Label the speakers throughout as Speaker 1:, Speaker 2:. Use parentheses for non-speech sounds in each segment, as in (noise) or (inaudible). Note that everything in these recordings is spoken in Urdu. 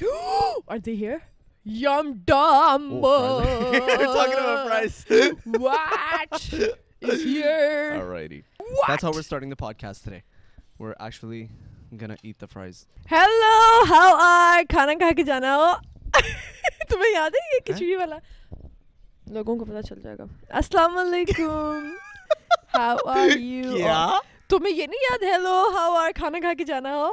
Speaker 1: (gasps) Aren't they here? Yum dum.
Speaker 2: Oh, (laughs) We're talking about price.
Speaker 1: (laughs)
Speaker 2: (laughs)
Speaker 1: What is here?
Speaker 2: Alrighty.
Speaker 1: What?
Speaker 2: That's how we're starting the podcast today. We're actually gonna eat the (laughs) fries.
Speaker 1: Hello, how are کھانا کھا کے جانا ہو (laughs) تمہیں یاد ہے یہ کھچڑی والا لوگوں کو پتا چل جائے گا السلام
Speaker 2: (laughs)
Speaker 1: علیکم ہاؤ آر یو تمہیں یہ نہیں یاد ہیلو ہاؤ آر کھانا کھا کے جانا ہو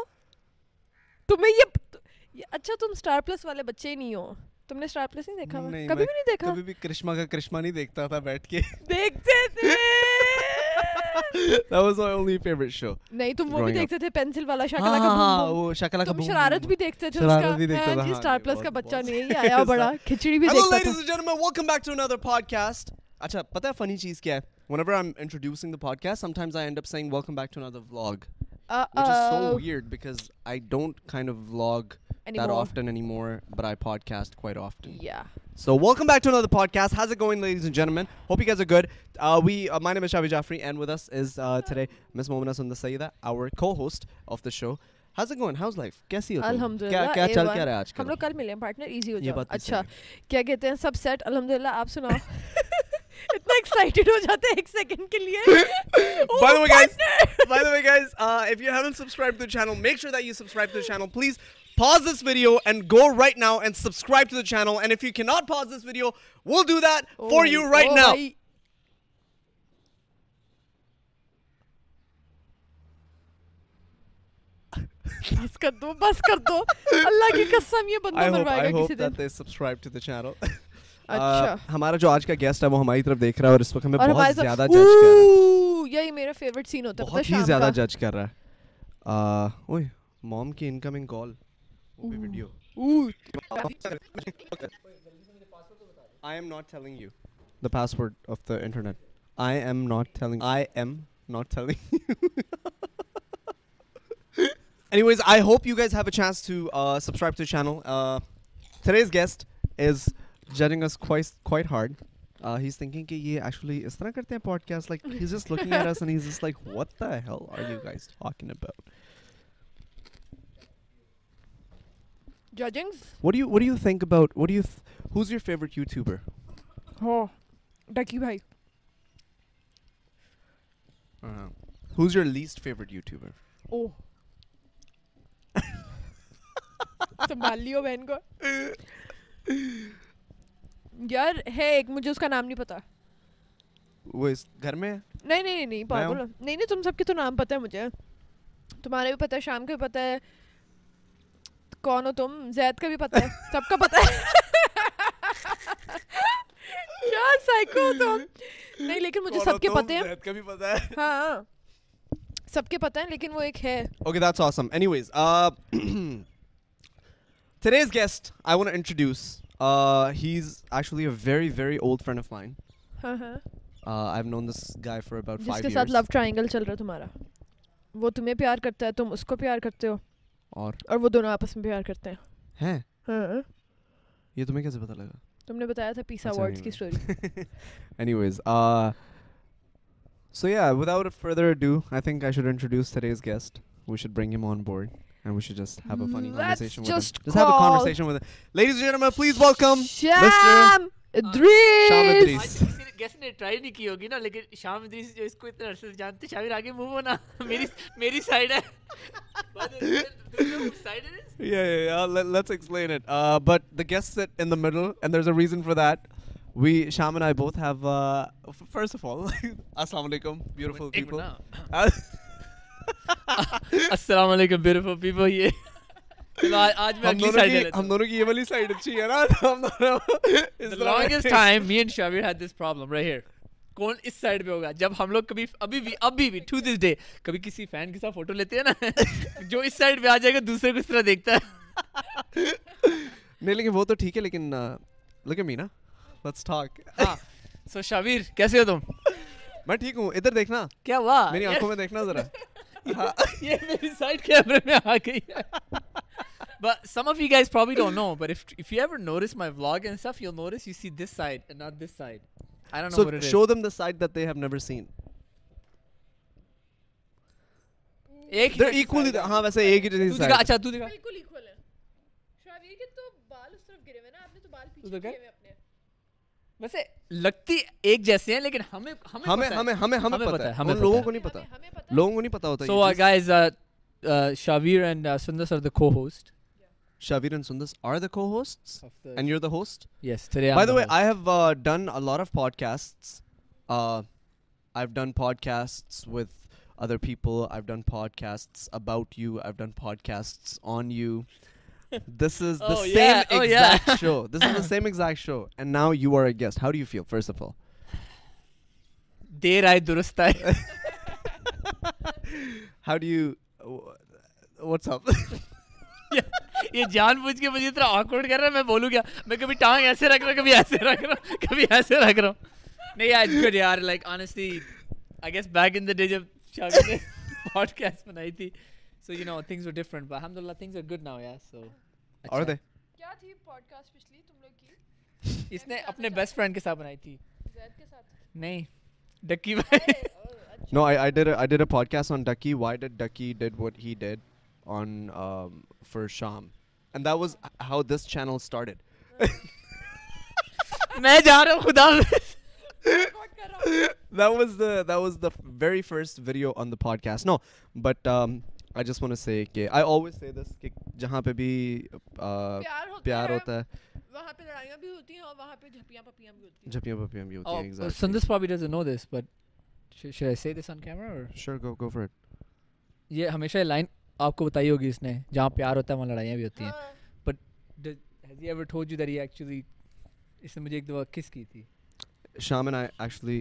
Speaker 1: تمہیں یہ اچھا تم اسٹار پلس والے بچے ہی نہیں ہو تم نے اسٹار پلس نہیں دیکھا
Speaker 2: نہیں،
Speaker 1: کبھی
Speaker 2: میں
Speaker 1: بھی نہیں دیکھا
Speaker 2: کبھی بھی کرشما کا کرشما نہیں دیکھتا تھا بیٹھ کے
Speaker 1: دیکھتے تھے
Speaker 2: (laughs) That was my only favorite show.
Speaker 1: نہیں تم وہ بھی
Speaker 2: Growing up.
Speaker 1: دیکھتے تھے پینسل والا شکلا
Speaker 2: ہاں
Speaker 1: کا
Speaker 2: وہ شکلا کا
Speaker 1: تم شرارت بھی دیکھتے تھے
Speaker 2: شرارت بھی دیکھتا تھا، ہاں،
Speaker 1: اسٹار
Speaker 2: یہ
Speaker 1: پلس
Speaker 2: بہت-
Speaker 1: جی، کا
Speaker 2: اچھا
Speaker 1: بچہ
Speaker 2: بہت-
Speaker 1: نہیں آیا بڑا کھچڑی بھی
Speaker 2: Hello
Speaker 1: دیکھتا تھا
Speaker 2: ladies and gentlemen, welcome back to another podcast. اچھا پتہ ہے فنی چیز کیا ہے Whenever I'm introducing the podcast, sometimes I end up saying welcome back to another vlog, which is
Speaker 1: Uh,
Speaker 2: so weird because I don't kind of vlog that often anymore, but I podcast quite often.
Speaker 1: Yeah.
Speaker 2: So welcome back to another podcast. How's it going, ladies and gentlemen? Hope you guys are good. Uh, we, uh, my name is Shavi Jaffrey, and with us is uh, today Miss Momina Sundar Saida, our co-host of the show. How's it going? How's life? कैसी हो तुम?
Speaker 1: الحمدللہ
Speaker 2: क्या क्या चल क्या रहा है
Speaker 1: ہم
Speaker 2: आजकल?
Speaker 1: لوگ کل ملے ہیں پارٹنر ایزی ہو
Speaker 2: یہ
Speaker 1: جائے
Speaker 2: بات تو
Speaker 1: اچھا
Speaker 2: صحیح
Speaker 1: کیا کہتے ہیں سب سیٹ الحمد للہ آپ سناؤ
Speaker 2: (laughs)
Speaker 1: اتنا ایکسائٹیڈ ہو جاتے ہیں ایک سیکنڈ کے لیے Oh,
Speaker 2: By the way, guys, by the way, guys, uh, if you haven't subscribed to the channel, make sure that you subscribe to the channel. Please pause this video and go right now and subscribe to the channel. And if you cannot pause this video, we'll do that for you right now.
Speaker 1: بس کر دو بس کر دو اللہ کی قسم یہ بندہ
Speaker 2: I hope,
Speaker 1: مروائے
Speaker 2: I
Speaker 1: God
Speaker 2: hope
Speaker 1: کسی دن
Speaker 2: that they subscribe to the channel. (laughs)
Speaker 1: اچھا
Speaker 2: Uh, ہمارا جو آج کا گیسٹ ہے وہ ہماری طرف دیکھ رہا ہے اور اس وقت ہمیں
Speaker 1: اور
Speaker 2: بہت
Speaker 1: ہمارے
Speaker 2: زیادہ
Speaker 1: ساتھ
Speaker 2: جج کر رہا
Speaker 1: اوہ، یہی میرا فیوریٹ سین ہوتا
Speaker 2: ہے
Speaker 1: ہے
Speaker 2: بہت
Speaker 1: پتہ
Speaker 2: ہی
Speaker 1: ہے
Speaker 2: زیادہ
Speaker 1: شام کا
Speaker 2: جج کر رہا ہے اوئے موم کی انکمنگ کال وہ بھی video
Speaker 1: oh,
Speaker 2: I am not telling you the password of the internet. I am not telling. I am not telling (laughs) you. Anyways, I hope you guys have a chance to uh, subscribe to the channel. Uh, today's guest is judging us quite quite hard. Uh, he's thinking कि ये actually इस तरह करते हैं podcast. Like he's just looking at us and he's just like, what the hell are you guys talking about?
Speaker 1: judgings
Speaker 2: What do you What do you think about What do you th- Who's your favorite YouTuber?
Speaker 1: ہاں ڈکی بھائی
Speaker 2: Uh-huh. Who's your least favorite YouTuber?
Speaker 1: او سنبھال لیو بہن
Speaker 2: (laughs)
Speaker 1: کو یار ہے ایک مجھے اس کا نام نہیں پتا
Speaker 2: وہ اس گھر میں ہے
Speaker 1: نہیں نہیں نہیں نہیں پاگل
Speaker 2: ہوں۔
Speaker 1: نہیں نہیں تم سب کے تو نام پتہ ہے مجھے تمہارے بھی پتہ ہے شام کا بھی پتہ ہے کون ہو تم زید کا بھی پتہ ہے سب کا پتہ ہے کیا سائیکو تم نہیں لیکن مجھے سب کے پتے ہیں ہاں سب کے پتہ ہیں لیکن وہ ایک ہے
Speaker 2: (laughs) Okay, that's awesome. Anyways, uh, (clears throat) today's guest I want to introduce. Uh, he's actually a very, very old friend of mine.
Speaker 1: ہاں ہاں
Speaker 2: Uh, I've known this guy for about
Speaker 1: جس
Speaker 2: five
Speaker 1: کے
Speaker 2: years.
Speaker 1: ساتھ لو ٹرائنگل چل رہا ہے تمہارا وہ تمہیں پیار کرتا ہے تم اس کو پیار کرتے ہو
Speaker 2: اور
Speaker 1: اور وہ دونوں آپس میں پیار کرتے ہیں
Speaker 2: ہیں
Speaker 1: ہاں
Speaker 2: یہ تمہیں کیسے پتا لگا
Speaker 1: تم نے بتایا تھا پیسا
Speaker 2: اچھا،
Speaker 1: ورڈس کی story
Speaker 2: (laughs) Anyways, uh, so yeah, without further ado, I think I should introduce today's guest. We should bring him on board and we should just have a funny
Speaker 1: Let's
Speaker 2: conversation
Speaker 1: just
Speaker 2: with him. Just have a
Speaker 1: call-
Speaker 2: conversation with him. Ladies and gentlemen, please welcome
Speaker 1: Sham
Speaker 2: Sham
Speaker 1: Idris
Speaker 2: Idris.
Speaker 3: آج کسی نے گیس نے ٹرائی نہیں کی ہوگی نا لیکن شام ادریس جو اس کو اتنے عرصے سے جانتے شامر آگے موو ہونا میری میری سائڈ ہے سائڈ ہے
Speaker 2: Yeah, yeah, yeah. Let, let's explain it. Uh, but the guests sit in the middle, and there's a reason for that. We, Sham and I, both have. Uh, f- first of all, (laughs) assalamu alaikum, beautiful
Speaker 3: ایک
Speaker 2: people.
Speaker 3: منٹ
Speaker 2: Uh, (laughs)
Speaker 3: السلام علیکم بیوٹیفل پیپل یہ چلو، آج- آج میں
Speaker 2: ہم
Speaker 3: اگلی
Speaker 2: دونوں کی-
Speaker 3: سائڈ لے لیتا
Speaker 2: ہم
Speaker 3: ہوں۔
Speaker 2: دونوں کی یہ والی side اچھی ہے نا (laughs) ہم دونوں (laughs) اس
Speaker 3: The
Speaker 2: طرح
Speaker 3: longest
Speaker 2: بیٹھے-
Speaker 3: time me and Shabir had this problem right here. کون اس سائڈ پہ ہوگا جب ہم لوگ کبھی ابھی بھی ابھی بھی ٹو دس ڈے کبھی کسی فین کے ساتھ فوٹو لیتے ہیں نا جو اس سائڈ پہ آ جائے گا دوسرے کو اس طرح دیکھتا ہے
Speaker 2: نہیں لیکن وہ تو ٹھیک ہے لیکن look at me نا let's talk
Speaker 3: ہاں سو شابیر کیسے ہو تم
Speaker 2: میں ٹھیک ہوں ادھر دیکھنا
Speaker 3: کیا ہوا
Speaker 2: میری آنکھوں میں دیکھنا (laughs) ذرا ہاں،
Speaker 3: (laughs) یہ میری سائڈ کیمرے میں آ گئی (laughs) But some of you guys probably don't know, but if if you ever notice my vlog and stuff, you'll notice you see this side and not this side. I don't know
Speaker 2: so
Speaker 3: what it is.
Speaker 2: show them the side that they have never seen
Speaker 3: ایک ہی
Speaker 2: they're
Speaker 3: side
Speaker 2: equally
Speaker 3: ہے.
Speaker 2: ہاں ویسے ایک ہی
Speaker 3: تو
Speaker 2: چیز
Speaker 3: دکھا اچھا تو دکھا
Speaker 1: بالکل ایکول ہے شاید یہ کہ تو بال اس طرف گرے ہوئے نا آپ نے تو بال پیچھے
Speaker 3: ادھر
Speaker 1: کیے
Speaker 3: کیا؟
Speaker 1: ہوئے اپنے
Speaker 3: ویسے لگتی ایک جیسے ہیں لیکن ہمیں
Speaker 2: ہمیں ہمیں ہمیں ہمیں پتہ ہے ہمیں لوگوں کو نہیں پتا
Speaker 1: ہمیں- ہمیں
Speaker 2: لوگوں کو نہیں پتا ہوتا
Speaker 3: so guys uh, Shavir and Sundus are the co host
Speaker 2: Shavir and Sundus are the co hosts and you are the host
Speaker 3: yes
Speaker 2: By the way, I have uh, done a lot of podcasts. Uh, I've done podcasts with other people. I've done podcasts about you. I've done podcasts on
Speaker 3: (laughs)
Speaker 2: you. This is the
Speaker 3: Oh,
Speaker 2: same
Speaker 3: yeah. Oh, yeah.
Speaker 2: exact
Speaker 3: (laughs)
Speaker 2: show. This is the same exact show. And now you are a guest. How do you feel, first of all?
Speaker 3: دیر آئے درست آئے
Speaker 2: How do you. wh- What's up? (laughs)
Speaker 3: یہ جان بوجھ کے مجھے اتنا آکورڈ کر رہا ہے میں بولوں کیا میں کبھی ٹانگ ایسے رکھ رہا ہوں کبھی ایسے رکھ رہا ہوں کبھی ایسے رکھ رہا ہوں نہیں آج گڈ یار like honestly I guess back in the day جب شاگر نے پوڈ کاسٹ بنائی تھی so you know things are different الحمد للہ تھنگس آر گڈ ناؤ یار سو اچھا۔
Speaker 2: are they?
Speaker 1: کیا تھی پوڈ کاسٹ پچھلی تم لوگ کی
Speaker 3: اس نے اپنے بیسٹ فرینڈ کے ساتھ بنائی تھی
Speaker 1: زید کے ساتھ
Speaker 3: نہیں ڈکی بھائی
Speaker 2: No, I, I did a, I did a podcast on Ducky. Why did Ducky did what he did on um, for Sham, and that was h- how this channel started.
Speaker 3: میں جا رہا ہوں خدا
Speaker 2: that was the that was the f- very first video on the podcast. No, but um, I just want to say कि- I always say this कि जहाँ पे भी uh,
Speaker 1: پیار ہوتا
Speaker 2: प्यार
Speaker 1: ہے۔
Speaker 2: होता है
Speaker 1: وہاں پہ لڑائیاں بھی ہوتی ہیں اور وہاں پہ جھپیاں پپیاں بھی ہوتی ہیں
Speaker 2: झपियाँ पपियाँ भी
Speaker 3: Oh,
Speaker 2: होती हैं, exactly.
Speaker 3: سندس پابی doesn't know this but should I say this on camera or
Speaker 2: Sure, go go for it.
Speaker 3: یہ ہمیشہ یہ لائن آپ کو بتائی ہوگی اس نے جہاں پیار ہوتا ہے وہاں لڑائیاں بھی ہوتی ہیں
Speaker 1: ہاں،
Speaker 3: but has he ever told you that he actually اس نے مجھے ایک دفعہ کس کی تھی
Speaker 2: Sham and I actually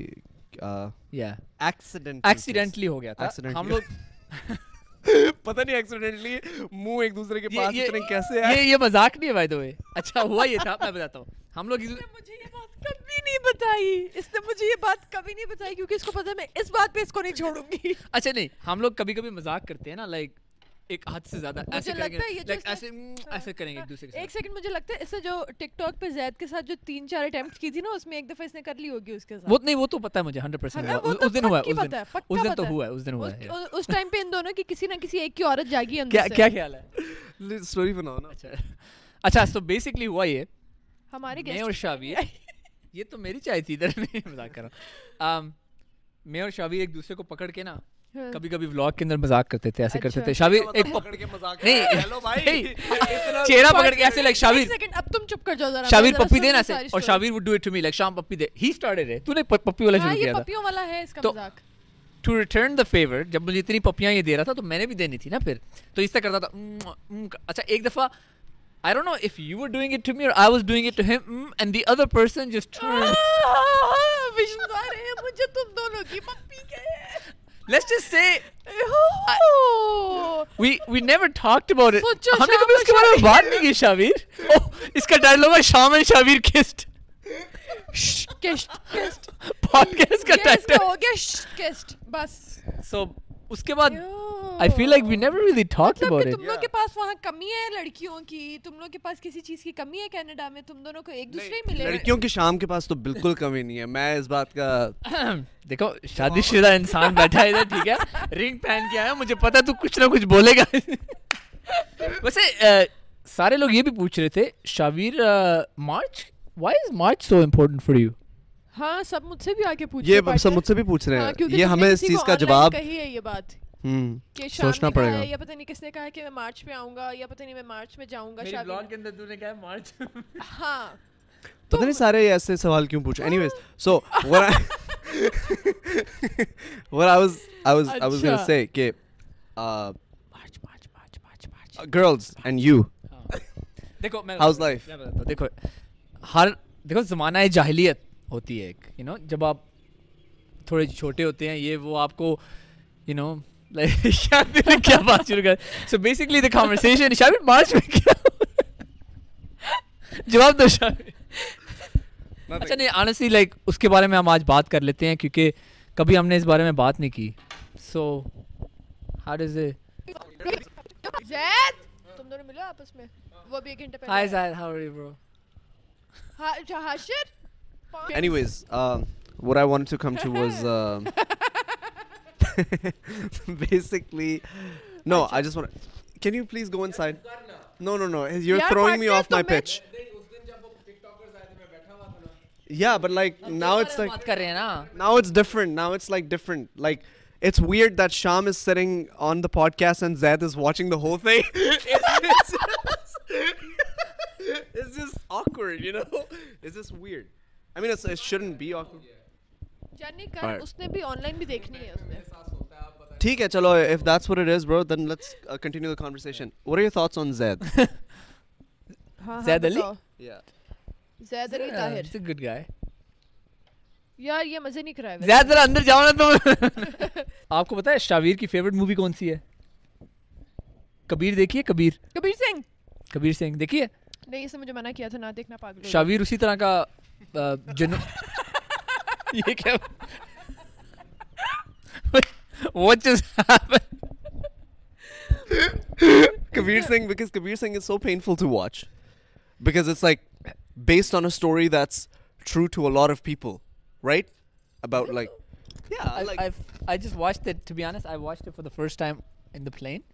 Speaker 2: uh,
Speaker 3: یا
Speaker 2: accidentally (laughs)
Speaker 3: ایکسیڈنٹلی ہو گیا تھا ہم (laughs) لوگ
Speaker 2: پتہ نہیں accidentally منہ ایک دوسرے کے پاس اتنے کیسے
Speaker 3: یہ یہ مذاق نہیں ہے بائی دا وے اچھا ہوا یہ تھا میں بتاتا ہوں ہم لوگ
Speaker 1: اس نے مجھے یہ بات کبھی نہیں بتائی اس نے مجھے یہ بات کبھی نہیں بتائی کیونکہ اس کو پتا ہے میں اس بات پہ اس کو نہیں چھوڑوں گی
Speaker 3: اچھا نہیں ہم لوگ کبھی کبھی مذاق کرتے ہیں نا لائک ایک حد سے زیادہ ایسے کریں گے ایسے ایسے کریں گے ایک دوسرے کے
Speaker 1: ایک سیکنڈ مجھے لگتا ہے اس نے جو ٹک ٹاک پہ زید کے ساتھ جو تین چار اٹمپٹ کی تھی نا اس میں ایک دفعہ اس نے کر لی ہوگی اس کے ساتھ
Speaker 3: وہ نہیں وہ تو پتا ہے مجھے ہنڈریڈ پرسینٹ اس دن ہوا ہے اس دن تو ہوا ہے اس دن ہوا ہے
Speaker 1: اس- اس ٹائم پہ ان دونوں کی کسی نہ کسی ایک کی عورت جاگی اندر
Speaker 3: کیا
Speaker 1: سے۔
Speaker 3: کیا خیال ہے
Speaker 2: story بناؤ نا
Speaker 3: (laughs) اچھا اچھا تو بیسکلی ہوا یہ
Speaker 1: ہمارے
Speaker 3: میں اور
Speaker 1: گیسٹ
Speaker 3: شاویر یہ تو میری چائے تھی ادھر میں مذاق کر رہا ہوں میں اور شاویر ایک دوسرے کو پکڑ کے نا
Speaker 1: ہاں۔
Speaker 3: کبھی کبھی ولاگ کے اندر مذاق کرتے تھے ایسے کرتے تھے شاویر ایک چہرہ پکڑ کے ایسے لائک
Speaker 1: ایک
Speaker 3: شاویر
Speaker 1: سیکنڈ اب تم چپ کر جاؤ ذرا
Speaker 3: شاویر پپی دے نا ایسے اور Shavir would do it to me like Sham پپی دے ہی اسٹارٹڈ ہے تو نے پپی والا شروع
Speaker 1: ہاں، یہ
Speaker 3: کیا تھا
Speaker 1: پپیوں والا ہے اس کا
Speaker 3: تو-
Speaker 1: مذاق
Speaker 3: ٹو ریٹرن دا فیور جب مجھے اتنی پپیاں یہ دے رہا تھا تو میں نے بھی دینی تھی نا پھر تو اس طرح کرتا تھا اچھا ایک دفعہ I don't know if you were doing it to me اور I was doing it to ہم and the other person just
Speaker 1: وشنو آ رہے ہیں مجھے تم دونوں کی پپی کے
Speaker 3: لیٹس جسٹ سے
Speaker 1: اوہ،
Speaker 3: We we never talked about it.
Speaker 1: سوچو
Speaker 3: ہم نے
Speaker 1: شام
Speaker 3: کبھی اس کے
Speaker 1: اور
Speaker 3: بارے میں
Speaker 1: شاویر۔
Speaker 3: بات نہیں کی شاویر اوہ، اس کا ڈائلاگ ہے شام اینڈ شاویر کسٹ
Speaker 1: کشت کشت
Speaker 3: پوڈکاسٹ کا
Speaker 1: یہ اس کا
Speaker 3: ٹائٹل
Speaker 1: ہو گیا شٹ، کشت بس
Speaker 3: سو اس کے بعد
Speaker 1: اوہ۔
Speaker 3: I feel like we never really talked
Speaker 1: مطلب
Speaker 3: about
Speaker 1: کہ
Speaker 3: it.
Speaker 1: تم لوگ کے پاس وہاں کمی ہے لڑکیوں کی تم لوگ کے پاس کسی چیز کی کمی ہے کینیڈا میں تم دونوں کو ایک دوسرے ہی ملے
Speaker 2: لڑکیوں کی شام کے پاس تو بالکل کمی نہیں ہے میں اس بات کا
Speaker 3: (coughs) دیکھو شادی شدہ انسان بیٹھا ہے ادھر ٹھیک ہے رنگ پہن کے آیا مجھے پتا تو کچھ نہ کچھ بولے (laughs) گا ویسے سارے لوگ یہ بھی پوچھ رہے تھے Shavir March why is March so important for you
Speaker 1: ہاں سب مجھ سے بھی آ کے پوچھ
Speaker 2: یہ سب مجھ سے بھی پوچھ رہے
Speaker 1: ہاں،
Speaker 2: ہیں یہ ہمیں اس چیز کا جواب
Speaker 1: کہی ہے یہ بات کہ
Speaker 2: سوچنا پڑے گا
Speaker 1: یا پتہ نہیں کس نے کہا کہ میں مارچ میں آؤں گا یا پتہ نہیں میں مارچ میں جاؤں گا شاید
Speaker 3: (laughs) مارچ
Speaker 1: ہاں
Speaker 2: پتہ نہیں سارے ایسے سوال کیوں پوچھ اینی ویز سو (laughs) سے کہ uh,
Speaker 3: March March March March March
Speaker 2: girls and you
Speaker 3: (laughs) دیکھو میں
Speaker 2: How's life?
Speaker 3: میں بتاتا ہوں، دیکھو ہر دیکھو زمانہ جاہلیت ہوتی ہے ایک یو نو جب آپ تھوڑے چھوٹے ہوتے ہیں یہ وہ آپ کو یو نو (laughs) کیا بات شروع کر سو بیسکلی دا (laughs) کانورسیشن شاید مارچ میں کیا جواب دو شاید اچھا نہیں آنےسٹلی لائک اس کے بارے میں ہم آج بات کر لیتے ہیں کیونکہ کبھی ہم نے اس بارے میں بات نہیں کی سو ہاؤ ڈز
Speaker 1: زید تم دونوں ملو آپس میں وہ بھی ایک گھنٹے
Speaker 3: ہائی
Speaker 1: پہلے
Speaker 3: Zair how bro
Speaker 1: Hashir
Speaker 2: anyways what I want to come to was (laughs) basically no I just can you please go inside No, no, no. You're
Speaker 1: Yeah,
Speaker 2: throwing me
Speaker 1: partner,
Speaker 2: off my
Speaker 1: तुम्हें-
Speaker 2: pitch. Yeah, but like now it's like
Speaker 3: بات کر رہے ہیں نا
Speaker 2: now it's different. Now it's like different. Like it's weird that Sham is sitting on the podcast and Zed is watching the whole thing. (laughs) it's, just, it's just awkward, you know. It's just weird. I mean, it's, it shouldn't be awkward.
Speaker 1: Channi
Speaker 2: Alright.
Speaker 1: कर उसने भी ऑनलाइन भी देखनी है उसने
Speaker 2: ठीक है चलो if that's what it is bro then let's uh, continue the conversation what are your thoughts on (laughs) Zed
Speaker 1: हाँ, हाँ,
Speaker 3: زید علی؟
Speaker 1: बताओ।
Speaker 2: yeah
Speaker 1: Zaid Ali Tahir
Speaker 3: good guy
Speaker 1: यार ये मजे नहीं कराए वैसे।
Speaker 3: زیادہ ذرا اندر جاؤ نا تم (laughs) آپ کو پتا ہے شاویر کی فیوریٹ مووی کون سی ہے کبیر دیکھیے کبیر
Speaker 1: कबीर सिंह
Speaker 3: کبیر سنگھ دیکھیے
Speaker 1: नहीं इसने मुझे मना किया था ना देखना पागल हो गया।
Speaker 3: شاویر اسی طرح کا آ، جنو (laughs) یہ کیا (laughs) What just happened?
Speaker 2: Kabir Singh because Kabir Singh is so painful to watch because it's like based on a story that's true to a lot of people, right? About like yeah,
Speaker 3: I,
Speaker 2: like
Speaker 3: I've, I just watched it. To be honest, I watched it for the first time in the plane.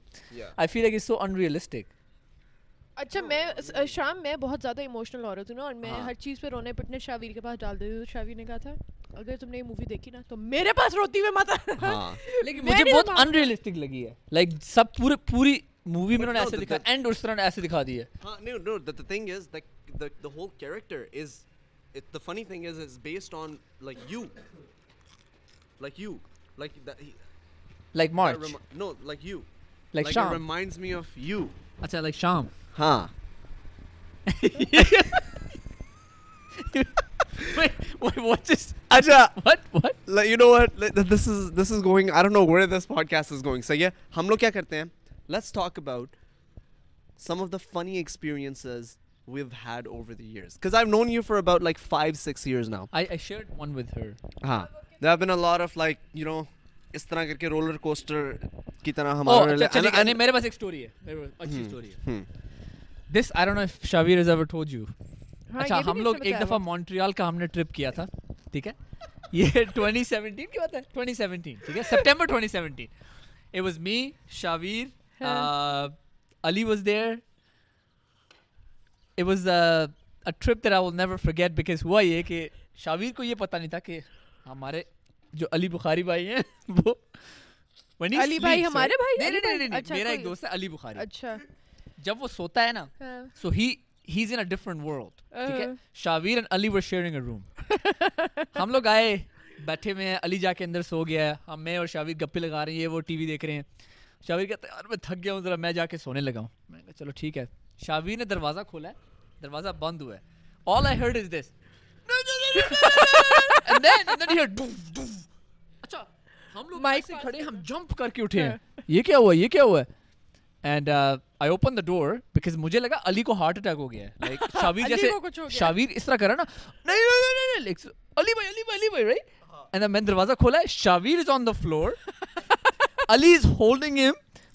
Speaker 2: yeah.
Speaker 3: I feel like it's so unrealistic.
Speaker 1: अच्छा मैं स- अ, शाम मैं बहुत ज़्यादा इमोशनल औरत हूँ ना और मैं
Speaker 3: हाँ।
Speaker 1: हर चीज़ पे रोने पिटने शावीर के पास डाल देती हूँ तो शावीर ने कहा था अगर तुमने ये मूवी देखी ना तो मेरे पास रोती हुई मत आना। (laughs)
Speaker 2: हाँ।
Speaker 3: لیکن
Speaker 1: मैं
Speaker 3: ہاں۔ مجھے
Speaker 1: नहीं
Speaker 3: بہت
Speaker 1: मानती।
Speaker 3: unrealistic لگی ہے لائک سب پورے پوری مووی میں انہوں نے
Speaker 2: no,
Speaker 3: ایسے
Speaker 2: the-
Speaker 3: دکھا
Speaker 2: the-
Speaker 3: اینڈ اس طرح نے ایسے دکھا دی ہے
Speaker 2: Uh, no, no. The, the thing is, like the the whole character is, it, the funny thing is, it's based on like you, like you, like that. he-
Speaker 3: like
Speaker 2: that
Speaker 3: March
Speaker 2: remi- no, like you.
Speaker 3: Like
Speaker 2: it
Speaker 3: Shyam.
Speaker 2: reminds me of you.
Speaker 3: اچھا لائک شام
Speaker 2: (laughs) Huh. Acha. like, you know what like, th- this is this is going i don't know where this podcast is going so yeah hum log kya karte hain let's talk about some of the funny experiences we've had over the years because i've known you for about like five six years now huh. ہاں۔ there have been a lot of like you know اس طرح کر کے roller coaster کی طرح
Speaker 3: Oh,
Speaker 2: ہمارے
Speaker 3: اچھا،
Speaker 2: لیے- and- and-
Speaker 3: میرے پاس ایک اسٹوری ہے
Speaker 2: hmm.
Speaker 3: This I don't know Shavir is ever told you
Speaker 1: हाँ,
Speaker 3: اچھا
Speaker 1: ये भी
Speaker 3: ہم
Speaker 1: नहीं
Speaker 3: لوگ
Speaker 1: समझ
Speaker 3: ایک
Speaker 1: आया
Speaker 3: دفعہ
Speaker 1: वो।
Speaker 3: مونٹریال کا ہم نے ٹرپ کیا تھا ٹھیک ہے یہ (laughs) 2017 کی بات ہے 2017 ٹھیک ہے September 2017 it was me Shavir
Speaker 1: ہاں۔
Speaker 3: uh, Ali was there it was a trip that I will never forget because ہوا یہ کہ شاویر کو یہ پتہ نہیں تھا کہ ہمارے جو علی بخاری بھائی ہیں وہ
Speaker 1: علی بھائی اچھا، हमारे भाई? अली भाई? अच्छा,
Speaker 3: میرا ایک
Speaker 1: कोई-
Speaker 3: دوست ہے علی بخاری
Speaker 1: अच्छा
Speaker 3: جب وہ سوتا ہے نا
Speaker 1: हाँ।
Speaker 3: So he has in different world ٹھیک ہے
Speaker 1: Uh.
Speaker 3: Shavir and Ali were sharing a room ہم لوگ آئے بیٹھے ہوئے ہیں علی جا کے اندر سو گیا ہے ہم میں اور شاویر گپے لگا رہے ہیں یہ وہ ٹی وی دیکھ رہے ہیں شاویر کہتا ہے یار میں تھک گیا ہوں ذرا میں جا کے سونے لگا ہوں میں کہا چلو ٹھیک ہے شاویر نے دروازہ کھولا ہے دروازہ بند ہوا ہے all I heard is this اچھا ہم لوگ مائک سے کھڑے ہم جمپ کر کے اٹھے ہیں یہ کیا ہوا یہ کیا ہوا ہے and I open the door because مجھے لگا علی کو ہارٹ اٹیک ہو گیا ہے
Speaker 1: (laughs)
Speaker 3: لائک شاویر
Speaker 1: علی
Speaker 3: جیسے
Speaker 1: کو کچھ ہو گیا۔
Speaker 3: شاویر اس طرح کرا نا نہیں نہیں نہیں نہیں نہیں علی بھائی علی بھائی علی بھائی رائٹ
Speaker 1: ہاں۔
Speaker 3: اینڈ میں نے دروازہ کھولا ہے Shavir is on the
Speaker 1: (laughs)
Speaker 3: floor Ali is holding him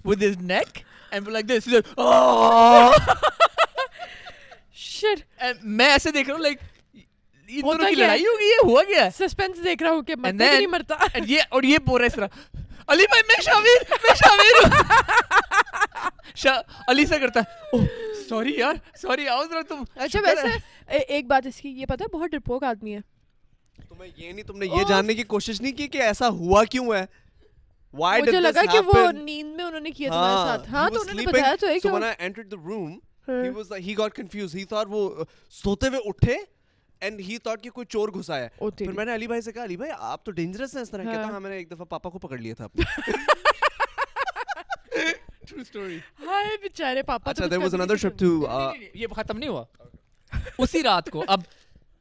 Speaker 3: with his neck and like this
Speaker 1: (laughs) shit
Speaker 3: "Ah!" میں ایسے دیکھ رہا ہوں لائک ان
Speaker 1: ہوتا
Speaker 3: دونوں کی
Speaker 1: क्या है?
Speaker 3: لڑائی ہو گئی ہے ہوا کیا ہے
Speaker 1: सस्पेंस देख रहा हूँ कि
Speaker 3: And
Speaker 1: मरता कि नहीं
Speaker 3: then- (laughs)
Speaker 1: मरता
Speaker 3: And یہ اور یہ بول رہا ہے اس طرح علی بھائی میں شامیر میں شامیر ہوں شا- علی سے کرتا ہے سوری یار سوری آؤ ذرا تم
Speaker 1: अच्छा
Speaker 3: شکر
Speaker 1: वैसे
Speaker 3: ہے۔
Speaker 1: ए- एक बात इसकी ये पता है बहुत डरपोक आदमी है
Speaker 2: तुम्हें ये नहीं तुमने ये जानने की कोशिश नहीं की कि ऐसा हुआ क्यों है why did
Speaker 1: मुझे
Speaker 2: this
Speaker 1: लगा कि वो
Speaker 2: happen? ہاں،
Speaker 1: नींद में उन्होंने किया तुम्हारे
Speaker 3: ہاں،
Speaker 1: साथ हाँ तो उन्होंने बताया तो है कि वो- हाँ।
Speaker 2: uh,
Speaker 1: ओ तेरी। हाँ।
Speaker 2: ہاں، हाँ
Speaker 3: True story۔
Speaker 1: हाय बेचारे पापा
Speaker 2: اچھا،
Speaker 1: तो कुछ कर भी नहीं सकते।
Speaker 2: uh,
Speaker 3: نہیں، نہیں، یہ ختم نہیں ہوا اسی رات کو اب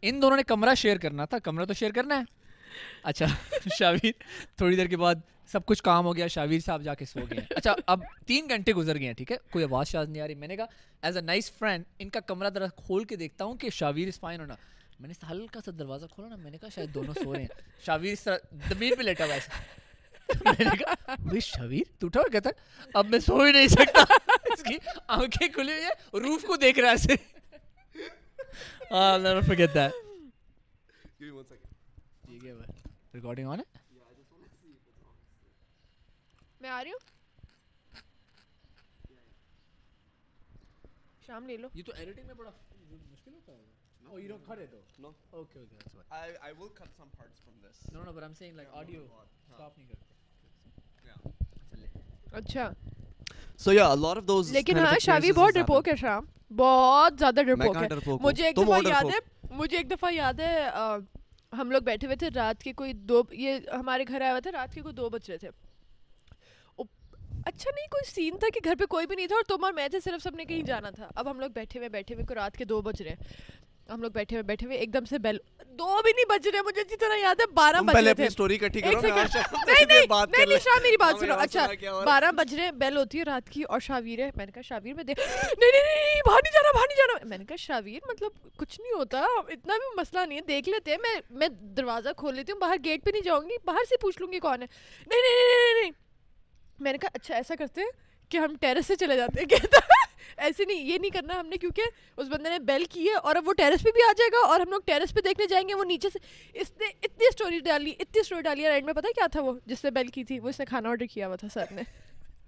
Speaker 3: ان دونوں نے کمرہ شیئر کرنا تھا کمرہ تو شیئر کرنا ہے اچھا (laughs) شاویر تھوڑی دیر کے بعد سب کچھ کام ہو گیا شاویر صاحب جا کے سو گئے ہیں۔ اچھا اب تین گھنٹے گزر گئے ہیں ٹھیک ہے کوئی آواز شاز نہیں آ رہی میں نے کہا ایز اے نائس فرینڈ ان کا کمرہ ذرا کھول کے دیکھتا ہوں کہ شاویر از فائن ہونا میں نے ہلکا سا دروازہ کھولا نا میں نے کہا شاید دونوں سو رہے ہیں شاویر اس طرح زمین پہ لیٹا ہوا ہے (laughs) ایسے۔ میں نے کہا بھائی شبیر تو اٹھا اور کہتا ہے اب میں سو ہی نہیں سکتا اس کی آنکھیں کھلی ہوئی ہیں روف کو دیکھ رہا ہے ایسے ہاں never forget that ٹھیک ہے بھائی ریکارڈنگ آن ہے
Speaker 1: मैं आ रही हूँ شام لے لو
Speaker 3: یہ تو ایڈیٹنگ میں بڑا مشکل ہوتا ہوگا Oh, oh you don't cut it though
Speaker 2: No.
Speaker 3: Okay okay that's fine
Speaker 2: I, I will cut some parts from this.
Speaker 3: No no but I am seeing like audio
Speaker 2: God.
Speaker 3: Stop نہیں کرتے
Speaker 2: Yeah.
Speaker 3: چلے
Speaker 1: اچھا
Speaker 2: So yeah, a lot of those.
Speaker 1: لیکن
Speaker 2: kind of
Speaker 1: ہاں شاوی
Speaker 2: experiences
Speaker 1: بہت
Speaker 2: happen.
Speaker 1: ڈرپوک ہے شام بہت زیادہ ڈرپوک
Speaker 2: کہاں
Speaker 1: ہے
Speaker 2: ڈرپوک ہوں؟
Speaker 1: مجھے ایک
Speaker 2: تم
Speaker 1: دفعہ
Speaker 2: اور
Speaker 1: یاد ہے
Speaker 2: ڈرپوک.
Speaker 1: مجھے ایک دفعہ یاد ہے آ، ہم لوگ بیٹھے ہوئے تھے رات کے کوئی دو یہ ہمارے گھر آیا ہوا تھا رات کے کوئی دو بج رہے تھے اوپ- اچھا نہیں کوئی سین تھا کہ گھر پہ کوئی بھی نہیں تھا اور تم اور میں تھے صرف سب نے کہیں جانا تھا اب ہم لوگ بیٹھے ہوئے بیٹھے ہوئے کو رات کے دو بج رہے ہیں ہم لوگ بیٹھے ہوئے بیٹھے ہوئے ایک دم سے بیل دو بھی نہیں بج رہے مجھے اچھی طرح یاد ہے بارہ
Speaker 2: تم
Speaker 1: بج رہے
Speaker 2: پہلے اپنی
Speaker 1: تھے
Speaker 2: story اکٹھی کرو،
Speaker 1: ایک
Speaker 2: میں
Speaker 1: سیکنڈ۔
Speaker 2: آج شام
Speaker 1: نہیں،
Speaker 2: سے
Speaker 1: نہیں،
Speaker 2: بات
Speaker 1: نہیں، نہیں،
Speaker 2: کر لیں۔
Speaker 1: شاہ میری بات
Speaker 2: ہمیں
Speaker 1: سنو
Speaker 2: اور
Speaker 1: اچھا
Speaker 2: سنا کیا اور-
Speaker 1: بارہ بج رہے بیل ہوتی ہے رات کی اور شاویر ہے میں نے کہا شاویر میں دے نہیں نہیں نہیں باہر نہیں جانا باہر نہیں جانا میں نے کہا شاویر مطلب کچھ نہیں ہوتا اتنا بھی مسئلہ نہیں ہے دیکھ لیتے ہیں میں میں دروازہ کھول لیتی ہوں باہر گیٹ پہ نہیں جاؤں گی باہر سے پوچھ لوں گی کون ہے نہیں نہیں نہیں نہیں نہیں میں نے کہا اچھا ایسا کرتے ہیں کہ ہم ٹیرس سے چلے جاتے ہیں (laughs) کہتا ایسے نہیں یہ نہیں کرنا ہم نے کیونکہ اس بندے نے بیل کی ہے اور اب وہ ٹیرس پہ بھی آ جائے گا اور ہم لوگ ٹیرس پہ دیکھنے جائیں گے وہ نیچے سے اس نے اتنی اسٹوری ڈالی اتنی اسٹوری ڈالی اینڈ میں پتا کیا تھا وہ جس نے بیل کی تھی وہ اس نے کھانا آرڈر کیا ہوا تھا سر نے (laughs)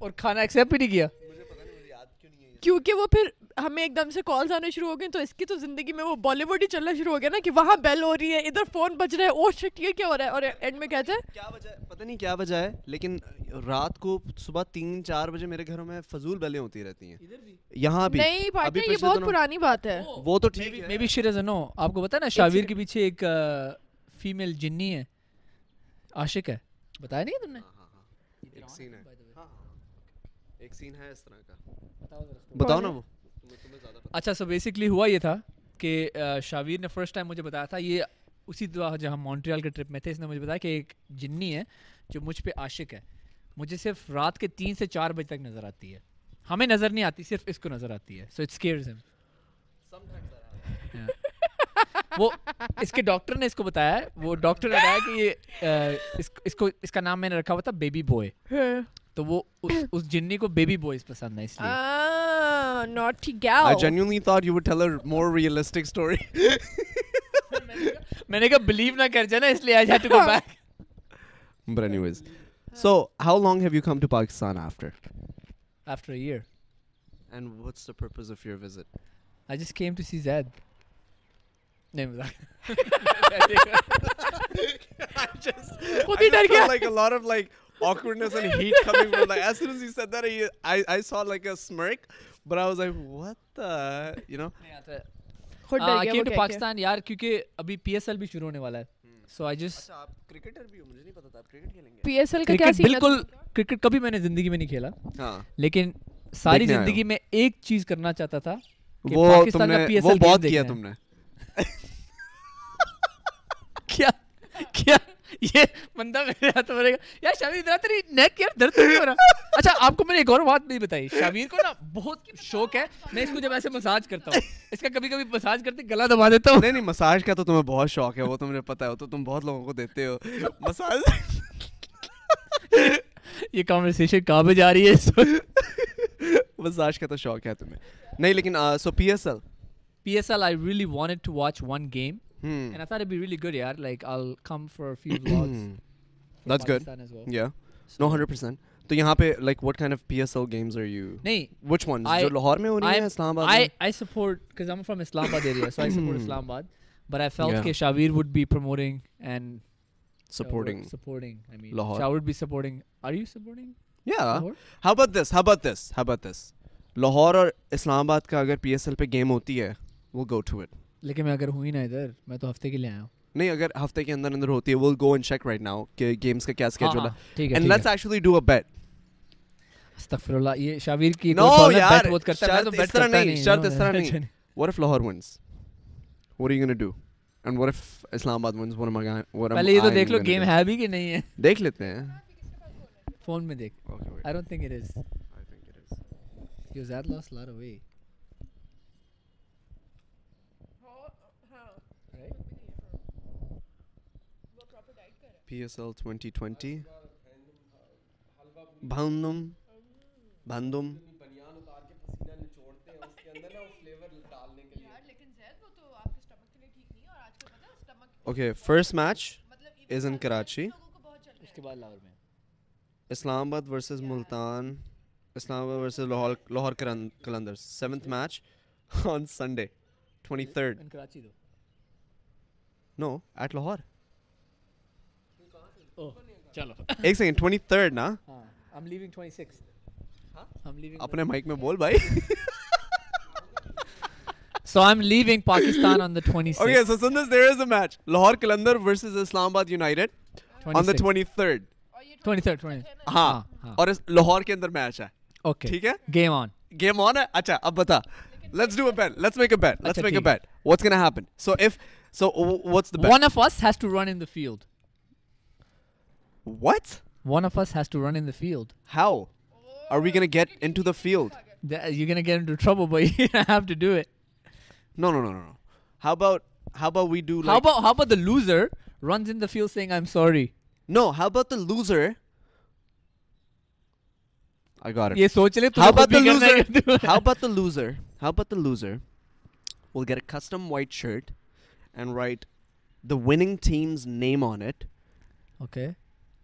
Speaker 3: اور کھانا ایکسیپٹ بھی نہیں کیا
Speaker 2: مجھے پتا نہیں، مجھے یاد کیوں نہیں ہے یہ۔
Speaker 1: کیونکہ وہ پھر ہمیں ایک دم سے کالز آنے شروع ہو گئے تو اس کی تو زندگی میں وہ بالی ووڈ ہی چلنا شروع ہو گیا نا کہ وہاں بیل ہو رہی ہے ادھر فون بج رہا ہے او شٹ یہ کیا ہو رہا ہے اور اینڈ میں کہتے ہیں
Speaker 2: کیا وجہ ہے- پتہ نہیں کیا وجہ ہے لیکن رات کو صبح تین چار بجے میرے گھروں میں فضول بیلیں ہوتی رہتی ہیں
Speaker 3: ادھر بھی
Speaker 2: یہاں بھی
Speaker 1: نہیں
Speaker 2: ابھی
Speaker 1: پارٹنر یہ
Speaker 2: پچھلے
Speaker 1: بہت
Speaker 2: دنوں-
Speaker 1: پرانی بات ہے
Speaker 2: وہ تو ٹھیک ہے
Speaker 3: may be she doesn't know آپ کو پتا ہے نا شاویر کے پیچھے ایک فیمیل جنی ہے عاشق ہے بتایا نہیں تم نے
Speaker 2: ہاں، ایک سین ہے ہاں، ایک سین ہے اس طرح کا
Speaker 1: بتاؤ
Speaker 2: بتاؤ
Speaker 1: نا
Speaker 2: نا
Speaker 1: وہ۔
Speaker 2: وہ
Speaker 3: اچھا سو بیسکلی ہوا یہ تھا کہ شاویر نے فرسٹ ٹائم مجھے بتایا تھا یہ اسی طرح جہاں مونٹریال کے ٹرپ میں تھے اس نے مجھے بتایا کہ ایک جنی ہے جو مجھ پہ عاشق ہے مجھے صرف رات کے تین سے چار بجے تک نظر آتی ہے ہمیں نظر نہیں آتی صرف اس کو نظر آتی ہے سو اٹس کیئرز ہم وہ اس کے ڈاکٹر نے اس کو بتایا وہ ڈاکٹر نے بتایا کہ یہ اس کو اس کا نام میں نے رکھا ہوا تھا بیبی بوائے
Speaker 2: جی۔
Speaker 3: تو وہ اس جنی کو بیبی بوائز پسند ہے اس لیے
Speaker 1: ناٹ
Speaker 2: I
Speaker 1: گیا
Speaker 2: genuinely thought you would tell a more realistic story. (laughs)
Speaker 3: میں نے کہا بلیو نہ کر جانا اس لیے I had to go (laughs) back
Speaker 2: but anyways, so how long have you come to Pakistan after?
Speaker 3: After a year
Speaker 2: And what's the purpose of your (laughs) visit?
Speaker 3: I just came to see Zaid نہیں مذاق
Speaker 1: خود ہی ڈر گیا
Speaker 2: like a lot of like awkwardness and heat coming from like as soon as you said that I, I I saw like a smirk, but I was like, what the you know?
Speaker 1: خود ڈر گیا
Speaker 3: کیم
Speaker 1: وہ
Speaker 3: ٹو
Speaker 1: کہہ کے۔
Speaker 3: پاکستان یار کیونکہ ابھی پی ایس ایل بھی شروع ہونے والا ہے so I just
Speaker 1: P S L کا کیا
Speaker 3: کرکٹ
Speaker 1: سین
Speaker 3: بالکل کرکٹ کبھی میں نے زندگی میں نہیں کھیلا
Speaker 2: ہاں
Speaker 3: لیکن ساری
Speaker 2: دیکھنے آئے ہو۔
Speaker 3: زندگی میں ایک چیز کرنا چاہتا تھا کہ
Speaker 2: وہ تم
Speaker 3: پاکستان
Speaker 2: نے
Speaker 3: کا پی ایس
Speaker 2: وہ
Speaker 3: ایل
Speaker 2: بہت کیا تم نے
Speaker 3: کیا کیا یہ بندہ میرے ہاتھ میں گا یار شاویر ادھر آ، تیری نیک یار درد تو نہیں ہو رہا اچھا آپ کو میں نے ایک اور بات بھی بتائی شاویر کو نا بہت شوق ہے میں اس کو جب ایسے مساج کرتا ہوں اس کا کبھی کبھی مساج کرتے گلا دبا دیتا ہوں
Speaker 2: نہیں نہیں مساج کا تو تمہیں بہت شوق ہے وہ تم نے پتا ہے تو تم بہت لوگوں کو دیتے ہو مساج (laughs)
Speaker 3: یہ کانورسیشن کہاں پہ جا رہی ہے اس وقت
Speaker 2: مساج کا تو شوق ہے تمہیں نہیں لیکن so P S L
Speaker 3: P S L I really wanted to watch one game
Speaker 2: (clears throat)
Speaker 3: and I thought it be really good یار like I come for a few
Speaker 2: Hmm,
Speaker 3: blogs
Speaker 2: that's good یا نو ہنڈریڈ پرسینٹ تو یہاں پہ like what kind of P S L games are you
Speaker 3: نہیں
Speaker 2: وچ ون جو لاہور میں ہو رہی ہے اسلام آباد میں
Speaker 3: I support because I'm from Islamabad area so I support اسلام آباد but I felt کہ Shavir would be promoting and
Speaker 2: supporting
Speaker 3: supporting I mean
Speaker 2: Lahore.
Speaker 3: Shah would be supporting are you supporting
Speaker 2: یا
Speaker 3: Lahore?
Speaker 2: How about this how about this how about this Lahore اور اسلام آباد کا اگر پی ایس ایل پہ گیم ہوتی ہے وہ گو ٹو اٹ
Speaker 3: لیکن میں اگر ہوں ہی نا ادھر میں تو ہفتے کے لیے آیا ہوں
Speaker 2: نہیں اگر ہفتے کے اندر اندر ہوتی ہے وہ go and check right now کہ گیمس کا کیا اسکیجول ہے
Speaker 3: ہاں, ٹھیک
Speaker 2: اینڈ لیٹس
Speaker 3: ہے
Speaker 2: ایکچولی ڈو اے بیٹ
Speaker 3: استغفر اللہ یہ شاویر کی
Speaker 2: No, yaar,
Speaker 3: بیٹ بہت کرتا ہے
Speaker 2: شرط
Speaker 3: میں تو
Speaker 2: اس
Speaker 3: بیٹ
Speaker 2: طرح
Speaker 3: کرتا
Speaker 2: نہیں
Speaker 3: نہیں
Speaker 2: شرط اس طرح
Speaker 3: (laughs)
Speaker 2: نہیں What if Lahore wins? What are you gonna do? And what if Islamabad wins? What am I gonna what am
Speaker 3: پہلے یہ تو
Speaker 2: I
Speaker 3: دیکھ لو
Speaker 2: gonna
Speaker 3: گیم
Speaker 2: do?
Speaker 3: ہے بھی کہ نہیں ہے
Speaker 2: دیکھ لیتے ہیں
Speaker 3: فون میں دیکھ I don't think it is because that lost a lot of weight right
Speaker 2: P S L twenty twenty بھاندم بھاندم okay first match is in Karachi
Speaker 3: اس کے بعد لاہور میں
Speaker 2: اسلام آباد versus Multan Islamabad versus Lahore Lahore Qalandar seventh match (laughs) on Sunday, 23rd.
Speaker 3: In Karachi though.
Speaker 2: No, at Lahore.
Speaker 3: Oh, chalo.
Speaker 2: ایک سیکنڈ 23rd نا
Speaker 3: हाँ, I'm leaving 26th. Huh? I'm leaving.
Speaker 2: اپنے مائک میں بول بھائی
Speaker 3: So I'm leaving Pakistan
Speaker 2: (laughs)
Speaker 3: on the 26th.
Speaker 2: Okay, so Sundas, there is a match. Lahore Kalandar versus Islamabad United on the 23rd.
Speaker 3: 23rd, 20th.
Speaker 2: ہاں
Speaker 3: ہاں۔
Speaker 2: اور اس لاہور کے اندر میچ ہے
Speaker 3: Okay.
Speaker 2: ٹھیک ہے
Speaker 3: Game on.
Speaker 2: گیم آن ہے اچھا اب بتا let's do a bet let's make a bet let's
Speaker 3: اچھا،
Speaker 2: میک اے
Speaker 3: ٹھیک ہے۔
Speaker 2: Bet what's can happen so if so what's the bet
Speaker 3: One of us has to run in the field.
Speaker 2: What
Speaker 3: One of us has to run in the field.
Speaker 2: How are we gonna get into the field
Speaker 3: Th- you're gonna get into trouble, (laughs) but you're gonna have to do it.
Speaker 2: No no no no how about how about we do
Speaker 3: How about how about the loser runs in the field saying I'm sorry?
Speaker 2: No how about the loser I got
Speaker 3: ये सोच
Speaker 2: How
Speaker 3: ले तुझे
Speaker 2: about
Speaker 3: खुद
Speaker 2: the
Speaker 3: भी करना है कि
Speaker 2: loser?
Speaker 3: तू-
Speaker 2: How about the loser? How about the loser? Will get a custom white shirt and write the winning team's name on it
Speaker 3: (laughs) Okay.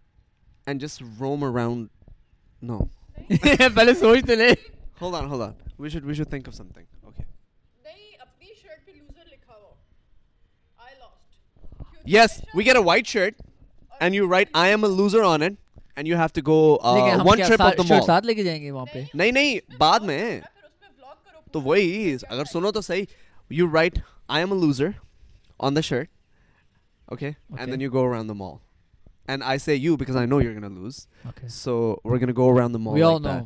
Speaker 3: (laughs)
Speaker 2: and just roam around. No.
Speaker 3: पहले सोच तो ले
Speaker 2: Hold on, hold on. We should we should think of something. Okay.
Speaker 1: نہیں اپنی شرٹ پہ لوزر لکھا ہوا I lost
Speaker 2: Yes, we get a white shirt and you write I am a loser on it and you have to go
Speaker 3: लेकिन
Speaker 2: uh,
Speaker 3: हम
Speaker 2: one
Speaker 3: क्या
Speaker 2: trip
Speaker 3: सा-
Speaker 2: of the
Speaker 3: shirt
Speaker 2: mall.
Speaker 3: साथ लेके जाएंगे वहाँ पे
Speaker 2: نہیں نہیں بعد میں تو وہی اگر سنو تو صحیح you right I am a loser on the shirt okay and then you go around the mall and I say you because I know you gonna lose
Speaker 3: Okay.
Speaker 2: So we gonna go around the mall
Speaker 3: We all know.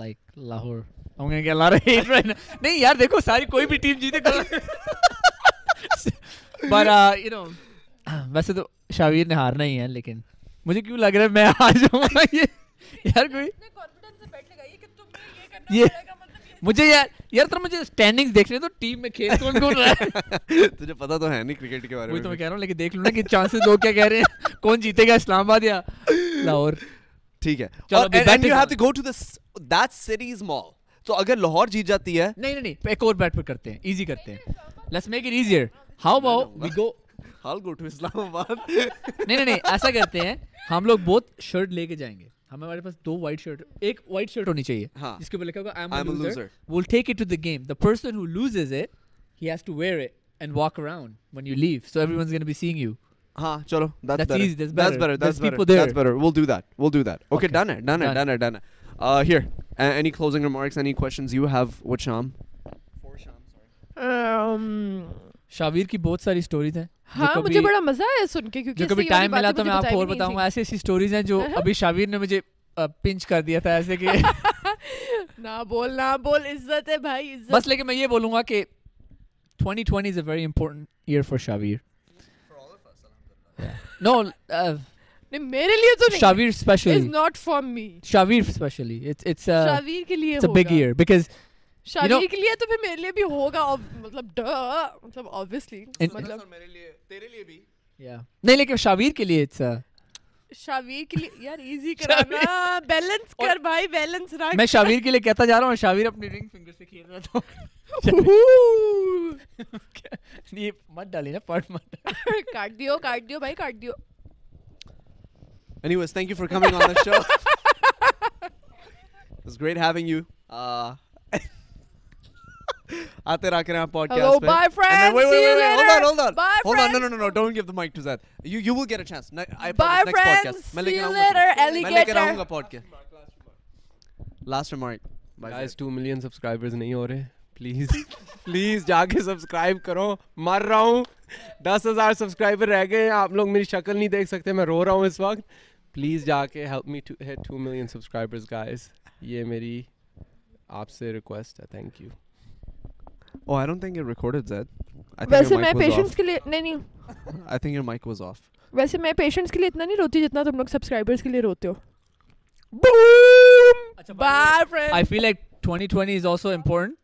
Speaker 3: Like Lahore. I'm gonna get a lot of hate right now. (laughs) नहीं यार देखो सारी कोई भी टीम जीते (laughs) But uh, you know (clears throat) वैसे तो शावीर ने हारना ही है लेकिन मुझे क्यों लग रहा है मैं हार जाऊंगा (laughs) ये यार कोई ये- मुझे यार यार तो मुझे स्टैंडिंग्स देखने तो टीम में खेल कौन कौन रहा है
Speaker 2: (laughs) تجھے پتا تو ہے نہیں کرکٹ کے بارے
Speaker 3: वही तो मैं
Speaker 2: میں
Speaker 3: कह रहा हूँ लेकिन देख लूँ ना कि चांसेस लोग क्या कह रहे हैं (laughs) कौन जीतेगा इस्लामाबाद या लाहौर
Speaker 2: ٹھیک ہے
Speaker 3: چلو، ابھی
Speaker 2: and
Speaker 3: batting
Speaker 2: you have
Speaker 3: on.
Speaker 2: to go to the s- that city's mall تو اگر لاہور جیت جاتی ہے
Speaker 3: नहीं नहीं नहीं एक और बैट पर करते हैं इजी करते हैं let's make it easier how about we go
Speaker 2: I'll go to Islamabad (laughs)
Speaker 3: नहीं नहीं नहीं ऐसा करते हैं हम लोग बोथ शर्ट लेके जाएंगे हमारे पास दो वाइट शर्ट एक वाइट शर्ट होनी चाहिए
Speaker 2: हाँ।
Speaker 3: जिसके ऊपर लिखा होगा आई
Speaker 2: I'm
Speaker 3: एम
Speaker 2: ہاں۔ a
Speaker 3: a
Speaker 2: loser.
Speaker 3: Loser will take it to the game the person who loses it he has to wear it and walk around when you leave so everyone's gonna be seeing you
Speaker 2: ہاں چلو that's
Speaker 3: That's
Speaker 2: better.
Speaker 3: easy, that's
Speaker 2: That's
Speaker 3: better.
Speaker 2: better. That's
Speaker 3: There's
Speaker 2: better.
Speaker 3: people there.
Speaker 2: That's better. We'll do that. We'll do that. Okay,
Speaker 3: Okay.
Speaker 2: done it. Done it.
Speaker 3: Done.
Speaker 2: Done it. Done it. Uh, here. A- any closing remarks? Any questions you have with Sham?
Speaker 3: Shavir की बहुत सारी स्टोरीज हैं जो
Speaker 1: ہاں مجھے
Speaker 3: कभी-
Speaker 1: بڑا مزہ آیا سن کے
Speaker 3: जो कभी टाइम मिला तो मैं आपको और बताऊंगा ऐसी ऐसी स्टोरीज हैं
Speaker 1: (laughs)
Speaker 3: जो
Speaker 1: Uh-huh.
Speaker 3: अभी शावीर ने मुझे पिंच कर दिया था
Speaker 1: (laughs)
Speaker 3: ऐसे (laughs) कि
Speaker 1: نہ بول نہ بول عزت ہے بھائی عزت
Speaker 3: بस लेकिन मैं ये बोलूंगा कि 2020 is a very important year for Shavir. For all of us, No,
Speaker 1: نہیں میرے لیے تو
Speaker 3: uh,
Speaker 1: نہیں
Speaker 3: Shavir
Speaker 1: is
Speaker 3: specially.
Speaker 1: Not for me
Speaker 3: Shavir specially. It's it's a
Speaker 1: Shavir کے لیے
Speaker 3: it's a big year because
Speaker 1: Shavir کے لیے تو پھر میرے لیے بھی ہوگا مطلب ڈر مطلب obviously مطلب
Speaker 3: yeah. नहीं लेकिन Shavir के लिए it's uh, a
Speaker 1: شاویر کے لیے یار
Speaker 3: (laughs)
Speaker 1: ایزی کرانا بیلنس کر بھائی بیلنس رکھ
Speaker 3: मैं Shavir के लिए कहता जा रहा हूँ Shavir अपनी रिंग फिंगर से खेल रहा था (laughs) ये मत डालिए ना पार्ट मत
Speaker 1: کاٹ دیو کاٹ دیو بھائی کاٹ دیو
Speaker 2: Anyways, thank you for coming
Speaker 1: (laughs)
Speaker 2: on the show. it was great having you. Uh, (laughs) आते रहा करें आप podcast
Speaker 1: Hello,
Speaker 2: पे.
Speaker 1: bye,
Speaker 2: And then-
Speaker 1: friends.
Speaker 2: Wait, wait,
Speaker 1: See you
Speaker 2: wait, wait. Hold on,
Speaker 1: later.
Speaker 2: hold on.
Speaker 1: Bye,
Speaker 2: hold on. No, no,
Speaker 1: friends.
Speaker 2: no, no. Don't give the mic to Zed. You, you will get a chance. Ne- I
Speaker 1: Bye,
Speaker 2: promise. Next
Speaker 1: friends.
Speaker 2: podcast. मैं
Speaker 1: See
Speaker 2: लेकर
Speaker 1: you
Speaker 2: आऊंगा
Speaker 1: later,
Speaker 2: तुझे. मैं लेकर
Speaker 1: alligator.
Speaker 2: आऊंगा podcast. Last remark. Bye,
Speaker 4: guys
Speaker 2: Zed.
Speaker 4: 2 million subscribers نہیں ہو رہے (laughs) پلیز پلیز جا کے سبسکرائب کرو مر رہا ہوں دس ہزار سبسکرائبر رہ گئے ہیں آپ لوگ میری شکل نہیں دیکھ سکتے میں رو رہا ہوں اس وقت پلیز جا کے help me to hit two million subscribers guys یہ میری آپ سے ریکویسٹ ہے thank you
Speaker 2: Oh, I don't think it recorded, Zed. I think
Speaker 1: ویسے
Speaker 2: your
Speaker 1: میں
Speaker 2: mic was
Speaker 1: پیشنٹس
Speaker 2: off.
Speaker 1: کے لیے نہیں نہیں
Speaker 2: I think your mic was off.
Speaker 1: ویسے میں پیشنٹس کے لیے اتنا نہیں روتی جتنا تم لوگ سبسکرائبرز کے لیے روتے ہو بائے
Speaker 3: اچھا، I
Speaker 1: friend
Speaker 3: feel like 2020 is also important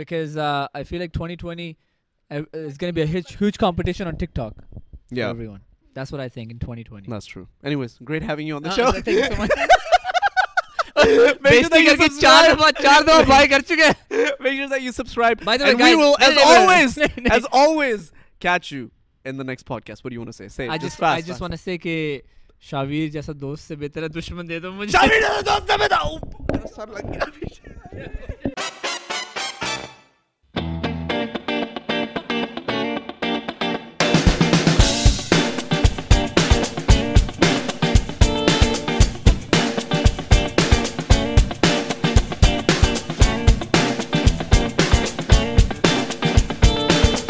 Speaker 3: because uh, I feel like 2020 uh, is going to be a huge, huge competition on TikTok for
Speaker 2: Yeah,
Speaker 3: everyone. That's what I think in 2020.
Speaker 2: that's true. Anyways, great having you on the
Speaker 3: Uh,
Speaker 2: show.
Speaker 3: thank
Speaker 2: (laughs)
Speaker 3: you so much.
Speaker 2: Make
Speaker 3: Make
Speaker 2: sure
Speaker 3: sure
Speaker 2: that you
Speaker 3: करके (laughs) चार
Speaker 2: subscribe.
Speaker 3: दफा चार दफा
Speaker 2: (laughs)
Speaker 3: buy कर चुके हैं.
Speaker 2: Make sure that you subscribe.
Speaker 3: By the way,
Speaker 2: and
Speaker 3: guys,
Speaker 2: we will,
Speaker 3: no,
Speaker 2: as
Speaker 3: no, no, no, no. (laughs)
Speaker 2: always,
Speaker 3: No, no.
Speaker 2: as always, catch you in the next podcast. What do you want to say? Say it
Speaker 3: I
Speaker 2: just
Speaker 3: just
Speaker 2: fast.
Speaker 3: I just want to say कि शावीर
Speaker 2: Oh,
Speaker 3: जैसा दोस्त से बेहतर है दुश्मन दे दो मुझे
Speaker 2: fast.
Speaker 3: (laughs)